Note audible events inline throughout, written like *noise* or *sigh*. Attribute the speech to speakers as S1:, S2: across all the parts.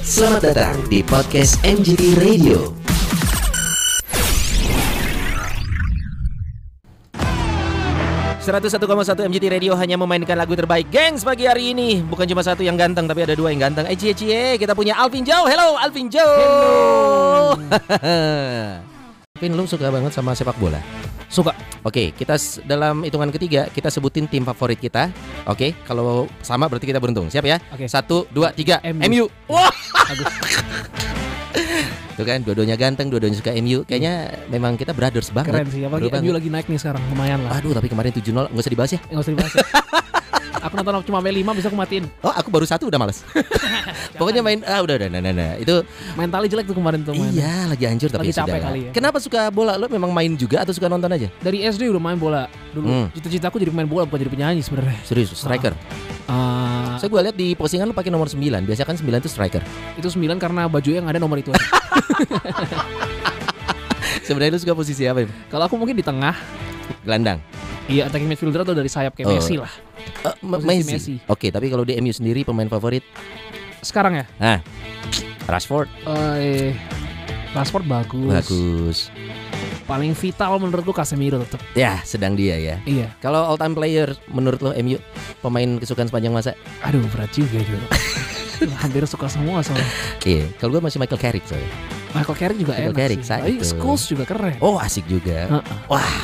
S1: Selamat datang di podcast MGT Radio.
S2: ...101,1 MGT Radio hanya memainkan lagu terbaik gengs pagi hari ini Bukan cuma satu yang ganteng tapi ada dua yang ganteng Eh cie cie kita punya Alvin Joe Hello Alvin Joe Alvin lu suka banget sama sepak bola?
S3: Suka.
S2: Oke kita s- dalam hitungan ketiga kita sebutin tim favorit kita Oke kalau sama berarti kita beruntung siap ya
S3: Oke.
S2: Satu dua tiga
S3: MU.
S2: MU Wah
S3: Aduh.
S2: *laughs* Tuh kan dua-duanya ganteng dua-duanya suka MU Kayaknya memang kita brothers
S3: Keren
S2: banget
S3: sih. Apalagi
S2: Keren
S3: MU
S2: banget.
S3: lagi naik nih sekarang. Lumayan lah.
S2: Aduh tapi kemarin 7-0 nggak usah dibahas ya
S3: Enggak usah
S2: *laughs*
S3: dibahas. ya. aku nonton cuma sampai 5 bisa aku matiin.
S2: Oh aku baru satu udah
S3: *laughs*
S2: males *laughs* Pokoknya main ah udah udah nah, nah, nah. Itu
S3: Mentalnya jelek tuh kemarin tuh main.
S2: iya lagi hancur tapi
S3: Lagi capek
S2: sudahlah.
S3: kali ya.
S2: Kenapa suka bola? Lo memang main juga atau suka nonton aja?
S3: Dari SD udah main bola dulu.
S2: Hmm.
S3: Cita-cita aku jadi pemain bola bukan jadi penyanyi sebenarnya.
S2: Serius striker.
S3: Ah,
S2: Saya gue lihat di postingan lo pakai nomor 9. Biasanya kan 9 itu
S3: *laughs*
S2: striker.
S3: Eh, itu 9 karena baju yang ada nomor itu.
S2: *laughs*
S3: aja.
S2: Sebenarnya lo suka posisi apa? Im?
S3: Kalau aku mungkin di tengah,
S2: Gelandang.
S3: iya attacking midfielder atau dari sayap kayak
S2: Oh.
S3: Messi lah.
S2: Eh, M-
S3: Posisi
S2: Messi.
S3: Messi.
S2: Oke, tapi kalau di MU sendiri pemain favorit
S3: Sekarang ya,
S2: Rashford.
S3: eh Rashford bagus.
S2: Bagus.
S3: Paling vital menurutku Casemiro tetap.
S2: Ya, sedang dia ya.
S3: Iya.
S2: Kalau all time player menurut lo MU pemain kesukaan sepanjang masa?
S3: Aduh berat juga
S2: *laughs*
S3: itu. Hampir suka semua soalnya.
S2: Iya, kalau gue masih Michael Carrick soalnya.
S3: Michael Carrick juga
S2: Michael
S3: enak
S2: Carrick,
S3: sih.
S2: saya
S3: Tapi
S2: itu.
S3: Scholes juga keren.
S2: Oh, asik juga.
S3: Heeh.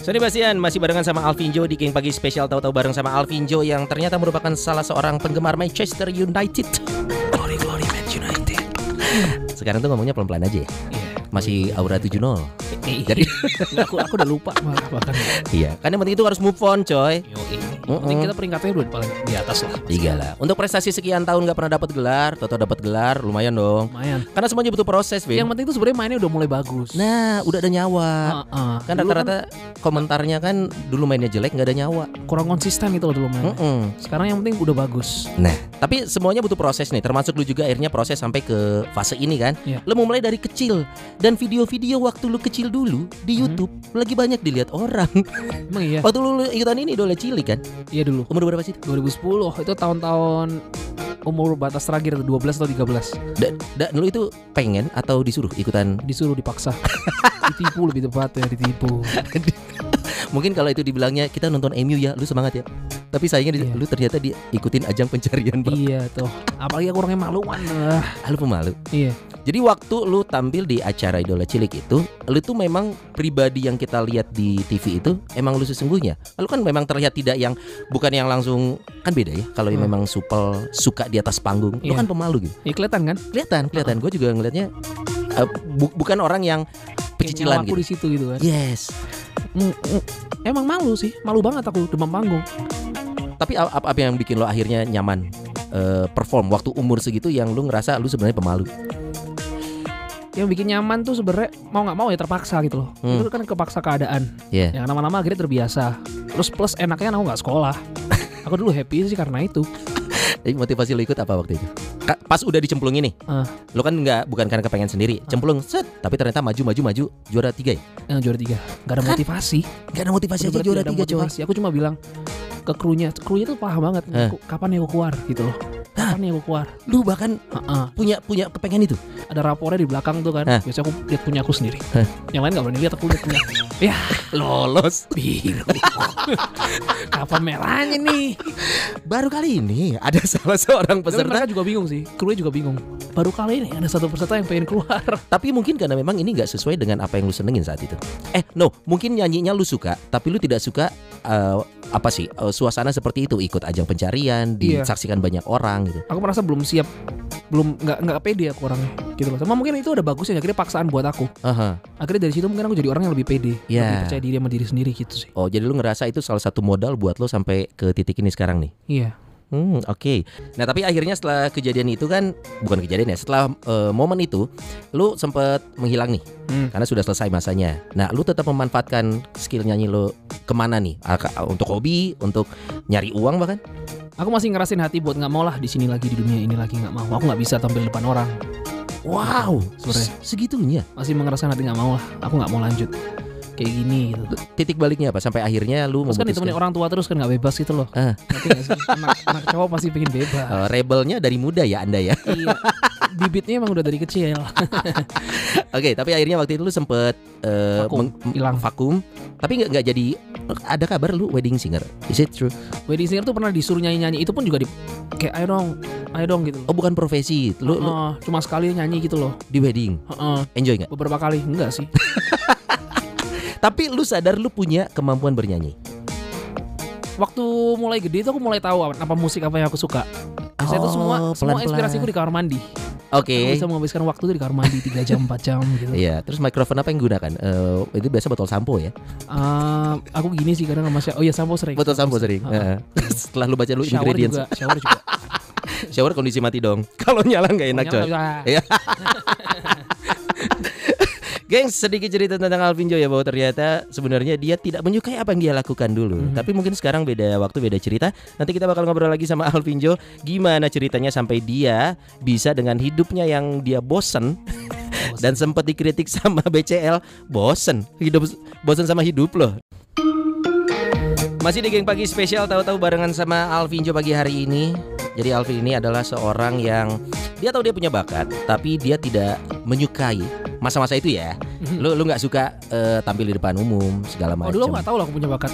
S2: Sony Bastian masih barengan sama Alvinjo di Geng Pagi Spesial tahu-tahu bareng sama Alvinjo yang ternyata merupakan salah seorang penggemar Manchester United. Glory glory iya, Man United. Sekarang tuh ngomongnya pelan-pelan aja ya. Masih aura 70.
S3: Eh,
S2: Jadi
S3: Nggak, *laughs* aku aku udah lupa malah bahkan.
S2: iya, kan yang penting itu harus move on, coy.
S3: eh. Penting kita peringkatnya udah paling di atas lah.
S2: Tiga lah. Untuk prestasi sekian tahun nggak pernah dapat gelar, Toto dapat gelar, lumayan dong.
S3: Lumayan.
S2: Karena semuanya butuh proses, Vin.
S3: Yang penting tuh sebenarnya mainnya udah mulai bagus.
S2: Nah, udah ada nyawa.
S3: Heeh.
S2: Kan
S3: Dulu
S2: rata-rata komentarnya kan dulu mainnya jelek nggak ada nyawa.
S3: kurang konsisten itu loh dulu mainnya.
S2: Mm-mm.
S3: Sekarang yang penting udah bagus.
S2: Nah, tapi semuanya butuh proses nih, termasuk lu juga akhirnya proses sampai ke fase ini kan.
S3: Iya.
S2: Lu mulai dari kecil dan video-video waktu lu kecil dulu di
S3: Mhm.
S2: YouTube lagi banyak dilihat orang.
S3: *laughs* Emang iya.
S2: Waktu lu lu ikutan ini idola cilik kan.
S3: Iya dulu.
S2: Umur berapa sih?
S3: 2010 itu tahun-tahun umur batas terakhir 12 atau 13
S2: Da- da- lu itu pengen atau disuruh ikutan?
S3: disuruh
S2: *laughs*
S3: dipaksa ditipu lebih tepatnya ditipu
S2: Mungkin kalau itu dibilangnya kita nonton MU ya, lu semangat ya. Tapi sayangnya di-
S3: Iya.
S2: lu ternyata diikutin ajang pencarian Bang.
S3: iya tuh apalagi aku orangnya maluan lah
S2: Ah, Lu pemalu.
S3: iya
S2: Jadi waktu lu tampil di acara idola cilik itu, lu tuh memang pribadi yang kita lihat di TV itu emang lu sesungguhnya. Lu kan memang terlihat tidak yang bukan yang langsung kan beda ya. Kalau yang
S3: Hmm.
S2: memang supel suka di atas panggung, lu
S3: Iya.
S2: kan pemalu gitu.
S3: ya kelihatan kan
S2: Kelihatan, kelihatan. Gue juga ngelihatnya eh, bu- bukan orang yang pecicilan gitu.
S3: aku di situ gitu kan
S2: Yes.
S3: Mm, mm. emang malu sih malu banget aku demam panggung
S2: Tapi a- apa, apa yang bikin lo akhirnya nyaman eh, perform waktu umur segitu yang lu ngerasa lu sebenarnya pemalu?
S3: yang bikin nyaman tuh sebenarnya mau nggak mau ya terpaksa gitu loh
S2: Hmm.
S3: itu kan kepaksa keadaan
S2: Ya.
S3: yang lama-lama akhirnya terbiasa terus plus enaknya aku nggak
S2: *laughs*
S3: sekolah aku dulu happy sih karena itu
S2: Jadi motivasi lu ikut apa waktu itu? Ka- Pas udah dicemplung ini,
S3: Ah.
S2: lu kan nggak bukan karena kepengen sendiri, cemplung set, tapi ternyata maju maju maju juara tiga ya?
S3: yang juara tiga nggak ada motivasi
S2: Gak ada motivasi aja
S3: Bener-bener
S2: juara
S3: tidak ada
S2: tiga coy.
S3: motivasi. aku cuma bilang ke krunya krunya tuh paham banget
S2: Eh.
S3: Ku- kapan ya aku keluar gitu loh kapan ya aku keluar
S2: Lu bahkan
S3: Heeh.
S2: punya punya kepengen itu.
S3: ada rapornya di belakang tuh kan
S2: Eh.
S3: biasanya aku lihat punya aku sendiri
S2: Eh.
S3: yang lain nggak berani lihat aku lihat
S2: *laughs*
S3: punya ya
S2: Lolos.
S3: biru *laughs* kapan merahnya nih
S2: Baru kali ini ada *laughs* salah seorang
S3: Tapi
S2: peserta,
S3: mereka juga bingung sih krunya juga bingung baru kali ini ada satu peserta yang pengen keluar
S2: tapi mungkin karena memang ini nggak sesuai dengan apa yang lu senengin saat itu. Eh, no, mungkin nyanyinya lu suka, tapi lu tidak suka eh, apa sih eh, suasana seperti itu ikut ajang pencarian,
S3: Iya.
S2: disaksikan banyak orang gitu.
S3: *laughs* aku merasa belum siap belum nggak nggak pede aku orangnya gitu loh sama mungkin itu ada bagusnya akhirnya paksaan buat aku
S2: Aha.
S3: akhirnya dari situ mungkin aku jadi orang yang lebih pede
S2: Iya.
S3: lebih percaya diri sama diri sendiri gitu sih
S2: Oh, jadi lu ngerasa itu salah satu modal buat lu sampai ke titik ini sekarang nih.
S3: iya
S2: Hmm, oke. Nah, tapi akhirnya setelah kejadian itu kan bukan kejadian ya, setelah eh, momen itu lu sempet menghilang nih
S3: Hmm.
S2: karena sudah selesai masanya. Nah, lu tetap memanfaatkan skill nyanyi lu kemana nih? Aka- Untuk hobi, untuk nyari uang bahkan?
S3: aku masih ngerasin hati buat nggak mau lah di sini lagi di dunia ini lagi nggak mau aku nggak bisa tampil depan orang
S2: Wow,
S3: Sebenarnya.
S2: se- segitunya.
S3: masih mengerasin hati nggak mau lah aku nggak mau lanjut kayak gini gitu.
S2: Titik baliknya apa? Sampai akhirnya lu
S3: Terus kan ditemenin
S2: memutuskan.
S3: orang tua terus kan nggak bebas gitu loh.
S2: Ah.
S3: Ngerti nggak sih? Anak, anak cowok pasti pengen bebas.
S2: Eh, rebelnya dari muda ya Anda ya. *laughs*
S3: *laughs* Iya. Bibitnya emang udah dari kecil.
S2: Oke, tapi akhirnya waktu itu lu sempet eh,
S3: Vakum,
S2: meng- m-
S3: hilang.
S2: vakum. Tapi nggak nggak jadi. Ada kabar lu wedding singer? Is it true?
S3: Wedding singer tuh pernah disuruh nyanyi-nyanyi itu pun juga di kayak ayo dong, ayo dong gitu.
S2: Oh bukan profesi. Lu, lu
S3: Heeh, cuma sekali nyanyi gitu loh.
S2: di wedding.
S3: Heeh,
S2: Enjoy nggak?
S3: beberapa kali enggak
S2: *laughs*
S3: sih?
S2: Tapi lu sadar lu punya kemampuan bernyanyi.
S3: Waktu mulai gede tuh aku mulai tahu apa, apa musik apa yang aku suka. Nah, Saya tuh semua
S2: Oh,
S3: semua
S2: pelan-pelan.
S3: inspirasiku di kamar mandi.
S2: Oke.
S3: Aku bisa menghabiskan waktu tuh di kamar mandi 3 jam 4 jam gitu.
S2: Iya, terus mikrofon apa yang gunakan? Eh, itu biasa botol sampo ya.
S3: Eh, aku gini sih kadang sama Syah- Oh iya sampo sering.
S2: Botol sampo sering.
S3: Heeh.
S2: Heeh. *laughs* Setelah lu baca lu
S3: shower
S2: ingredients.
S3: juga, shower
S2: *laughs*
S3: juga.
S2: Shower kondisi mati dong. *laughs* Kalau nyala nggak enak coy.
S3: Pokoknya nggak bisa.
S2: Iya. Gengs, sedikit cerita tentang Alvin Joy ya bahwa ternyata sebenarnya dia tidak menyukai apa yang dia lakukan dulu.
S3: Mhm.
S2: Tapi mungkin sekarang beda waktu, beda cerita. Nanti kita bakal ngobrol lagi sama Alvin Joy gimana ceritanya sampai dia bisa dengan hidupnya yang dia bosen dan sempat dikritik *laughs* sama BCL, bosen. Hidup bosen sama hidup loh. Masih di Geng Pagi Spesial tahu-tahu barengan sama Alvin Jo pagi hari ini. Jadi Alvin ini adalah seorang yang dia tahu dia punya bakat, tapi dia tidak menyukai masa-masa itu ya. Lu lu nggak suka eh, tampil di depan umum segala macam.
S3: Hmm. Oh dulu aku nggak tahu lah aku punya bakat.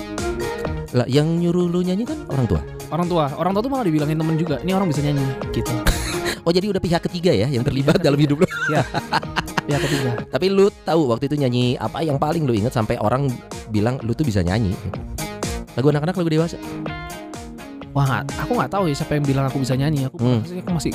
S2: Lah, yang nyuruh lu nyanyi kan orang tua.
S3: Orang tua, orang tua tuh malah dibilangin temen juga. Ini orang bisa nyanyi gitu.
S2: *laughs* Oh, jadi udah pihak ketiga ya yang terlibat dalam hidup
S3: *laughs*
S2: lu.
S3: Ya ketiga.
S2: Tapi lu tahu waktu itu nyanyi apa yang paling lu inget sampai orang bilang lu tuh bisa nyanyi. Lagu anak-anak lagu dewasa.
S3: Wah, nggak- aku nggak tahu ya siapa yang bilang aku bisa nyanyi. Aku
S2: Hmm.
S3: maksudnya aku masih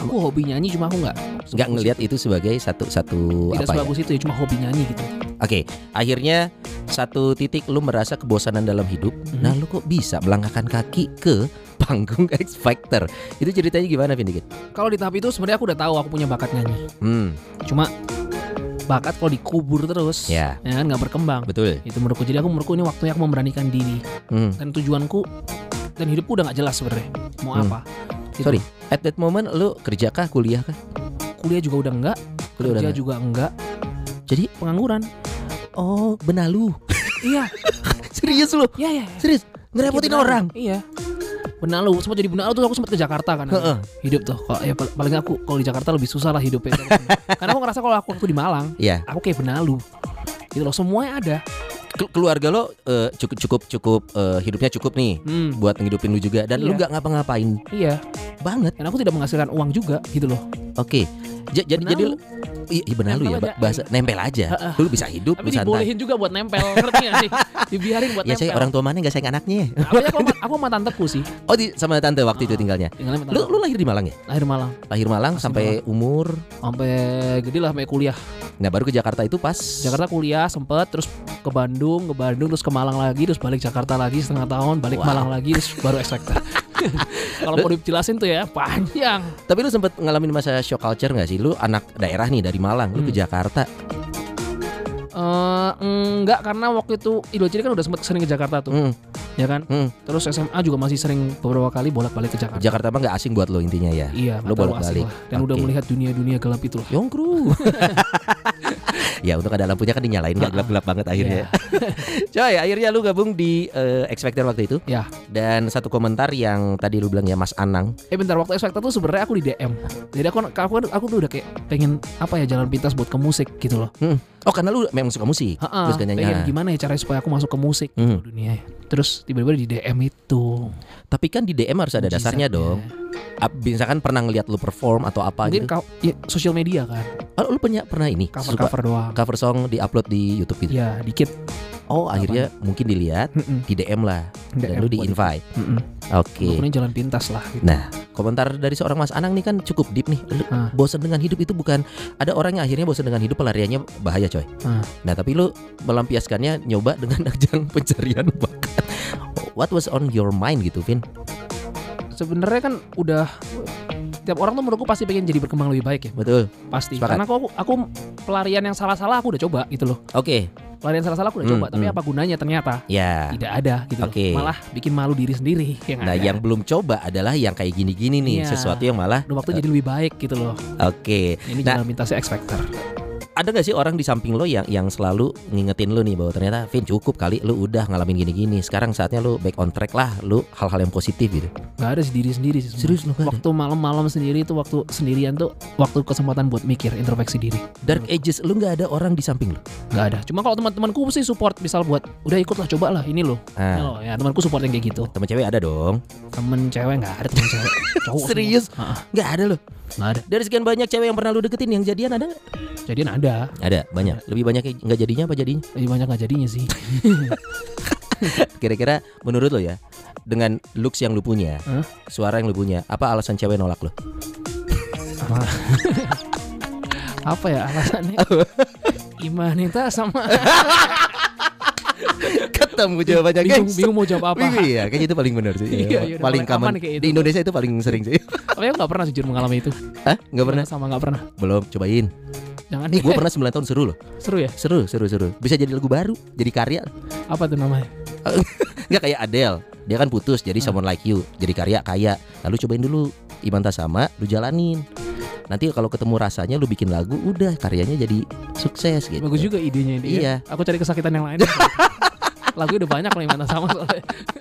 S3: aku hobi nyanyi cuma aku nggak
S2: Nggak ngelihat itu sebagai satu-satu
S3: tidak
S2: apa ya? Hmm.
S3: sebagus itu ya cuma hobi nyanyi gitu.
S2: Oke, akhirnya satu titik lu merasa kebosanan dalam hidup.
S3: Mhm.
S2: Nah, lu kok bisa melangkahkan kaki ke panggung *laughs* X Factor? Itu ceritanya gimana, Vin? Dikit?
S3: Kalau di tahap itu sebenarnya aku udah tahu aku punya bakat nyanyi.
S2: Hmm,
S3: Cuma bakat kalau dikubur terus
S2: Ya.
S3: ya kan nggak berkembang.
S2: betul.
S3: Itu menurutku jadi aku menurutku ini waktunya aku memberanikan diri
S2: Hmm.
S3: dan tujuanku dan hidupku udah nggak jelas sebenarnya mau
S2: Hmm.
S3: apa. Gitu.
S2: Sorry, at that moment lu kerja kah, kuliah kah?
S3: Kuliah juga udah enggak,
S2: Kuliah udah
S3: kerja
S2: nggak.
S3: juga enggak,
S2: Jadi,
S3: pengangguran.
S2: oh, benalu.
S3: iya,
S2: *laughs* Serius lu?
S3: iya, iya.
S2: Serius? Ngerepotin
S3: Iya, benar.
S2: orang.
S3: Iya. Benalu, sempat jadi benalu tuh aku sempat ke Jakarta kan.
S2: Heeh.
S3: hidup tuh kalau ya pal- paling aku kalau di Jakarta lebih susah lah hidupnya
S2: *laughs*
S3: karena aku ngerasa kalau aku aku di Malang
S2: Iya.
S3: aku kayak benalu gitu loh semuanya ada
S2: Kel- Keluarga lo eh, cukup cukup cukup eh, hidupnya cukup nih
S3: hmm,
S2: buat ngidupin lu juga dan lu
S3: Iya.
S2: nggak ngapa-ngapain
S3: iya
S2: banget.
S3: dan aku tidak menghasilkan uang juga gitu loh
S2: Oke. Ja- Jadi jadi lu- Iya, iya, benalu ya
S3: Nempel
S2: ba-
S3: aja.
S2: bahasa nempel aja. Lu bisa hidup, lu
S3: tapi
S2: santai.
S3: dibolehin juga buat nempel ngerti gak sih *laughs* dibiarin buat
S2: Ya
S3: nempel
S2: saya orang kan. tua mana nggak sayang anaknya. *laughs*
S3: Nah, apalagi aku, sama- aku sama tanteku sih
S2: Oh di sama tante waktu itu
S3: Ah.
S2: tinggalnya.
S3: tinggalnya sama
S2: Lu
S3: tanteku.
S2: lu lahir di Malang ya?
S3: lahir Malang
S2: Lahir Malang
S3: Masih
S2: sampai umur.
S3: sampai gede lah sampai kuliah
S2: Nah baru ke Jakarta itu pas.
S3: Jakarta kuliah sempet terus ke Bandung ke Bandung terus ke Malang lagi terus balik Jakarta lagi setengah tahun balik
S2: Wow.
S3: Malang lagi terus
S2: *laughs*
S3: baru ekspektor kalau mau dijelasin tuh ya panjang
S2: Tapi lu sempet ngalamin masa shock culture nggak sih? Lu anak daerah nih dari Malang, lu ke
S3: Hmm.
S2: Jakarta.
S3: Eh, enggak karena waktu itu Idul Ciri kan udah sempet sering ke Jakarta tuh,
S2: Hmm,
S3: ya kan?
S2: hmm.
S3: Terus SMA juga masih sering beberapa kali bolak-balik ke Jakarta.
S2: Jakarta mah nggak asing buat lo intinya ya.
S3: Iya,
S2: Lu
S3: nggak terlalu asing
S2: bolak-balik.
S3: lah. Dan udah
S2: Oke.
S3: melihat dunia-dunia gelap itu lah. *laughs*
S2: Yongkru. ya untuk ada lampunya kan dinyalain nggak
S3: Ah.
S2: gelap-gelap banget akhirnya. *laughs* Coy, akhirnya lu gabung di eh, X Factor waktu itu.
S3: Ya.
S2: Dan satu komentar yang tadi lu bilang ya Mas Anang.
S3: Eh bentar, waktu X Factor tuh sebenarnya aku di DM. Jadi aku aku aku tuh udah kayak pengen apa ya jalan pintas buat ke musik gitu loh.
S2: Oh karena lu memang suka musik.
S3: Ha-ha,
S2: Terus kayaknya,
S3: pengen
S2: ah.
S3: gimana ya caranya supaya aku masuk ke musik
S2: Hmm.
S3: dunia ya. Terus tiba-tiba di DM itu. ya.
S2: Tapi kan di DM harus ada dasarnya
S3: mujizatnya.
S2: dong. Ap- Misalkan pernah ngeliat lu perform atau apa
S3: Mungkin
S2: gitu.
S3: kau ya, sosial media kan,
S2: Oh, lu pernah pernah ini suka
S3: cover-cover doang.
S2: cover song diupload di YouTube gitu.
S3: Ya, dikit.
S2: Oh, akhirnya mungkin dilihat
S3: Mm-mm,
S2: di DM lah dan
S3: DM
S2: lu di
S3: buat-
S2: invite.
S3: Mm-mm.
S2: Oke.
S3: Pokoknya jalan pintas lah gitu.
S2: Nah, komentar dari seorang Mas Anang nih kan cukup deep nih. Lu
S3: Ah.
S2: bosan dengan hidup itu bukan ada orang yang akhirnya bosan dengan hidup pelariannya bahaya, coy.
S3: Ah.
S2: Nah, tapi lu melampiaskannya nyoba dengan *laughs* ajang pencarian bakat. What was on your mind gitu, Vin?
S3: sebenarnya kan udah tiap orang tuh menurutku pasti pengen jadi berkembang lebih baik ya
S2: Betul.
S3: pasti
S2: Sepakat.
S3: karena aku, aku aku pelarian yang salah-salah aku udah coba gitu loh
S2: Oke.
S3: pelarian salah-salah aku udah
S2: Hmm,
S3: coba tapi
S2: hmm.
S3: apa gunanya ternyata
S2: Ya.
S3: tidak ada gitu loh.
S2: Oke.
S3: malah bikin malu diri sendiri ya yang
S2: Nah,
S3: ada.
S2: yang belum coba adalah yang kayak gini-gini nih,
S3: Iya.
S2: sesuatu yang malah
S3: udah waktu jadi lebih baik gitu loh
S2: oke.
S3: ini
S2: Nah.
S3: jalan pintasnya X Factor
S2: ada gak sih orang di samping lo yang yang selalu ngingetin lo nih bahwa ternyata Vin cukup kali lo udah ngalamin gini-gini sekarang saatnya lo back on track lah lo hal-hal yang positif gitu
S3: Gak ada sendiri sendiri sih. sebenarnya.
S2: serius lo kan
S3: Waktu malam-malam sendiri itu waktu sendirian tuh waktu kesempatan buat mikir introspeksi diri.
S2: dark ages lo nggak ada orang di samping lo
S3: Gak ada. Cuma kalau teman-temanku sih support misal buat udah ikutlah cobalah ini loh. Ini
S2: ah,
S3: loh. Ya temanku support yang kayak gitu.
S2: temen cewek ada dong
S3: Temen cewek nggak ada temen cewek. Cowok semua.
S2: Serius?
S3: Heeh,
S2: nggak ada lo
S3: Nggak ada.
S2: dari sekian banyak cewek yang pernah lo deketin yang jadian ada nggak?
S3: Jadian ada.
S2: ada banyak lebih banyak yang nggak jadinya apa jadinya
S3: Tapi banyak nggak jadinya sih.
S2: kira-kira menurut lo ya dengan looks yang lo punya
S3: Hah?
S2: suara yang lo punya apa alasan cewek nolak lo
S3: Apa? Apa ya alasannya? Imanita sama
S2: *laughs* ketemu jawabannya
S3: bingung, bingung mau jawab
S2: Iya,
S3: apa.
S2: Iya, kayaknya itu paling benar sih.
S3: Iya, iya, udah
S2: paling
S3: paling aman
S2: common.
S3: kayak
S2: Di
S3: itu.
S2: Indonesia itu paling sering sih.
S3: Tapi aku nggak pernah jujur mengalami itu.
S2: *laughs* Hah? Enggak pernah?
S3: sama nggak pernah.
S2: Belum, cobain.
S3: Jangan
S2: Nih, gue pernah 9 tahun seru loh.
S3: seru ya.
S2: Seru, seru, seru. Bisa jadi lagu baru, jadi karya.
S3: Apa tuh namanya?
S2: Enggak kayak Adele. Dia kan putus jadi
S3: Ah.
S2: someone like you, jadi karya kaya. Lalu cobain dulu Imanta sama, lu jalanin. Nanti kalau ketemu rasanya lu bikin lagu, udah karyanya jadi sukses gitu.
S3: Bagus juga idenya ini. ya.
S2: Iya.
S3: Aku cari kesakitan yang lain. Lagu udah banyak loh Imanita sama soalnya.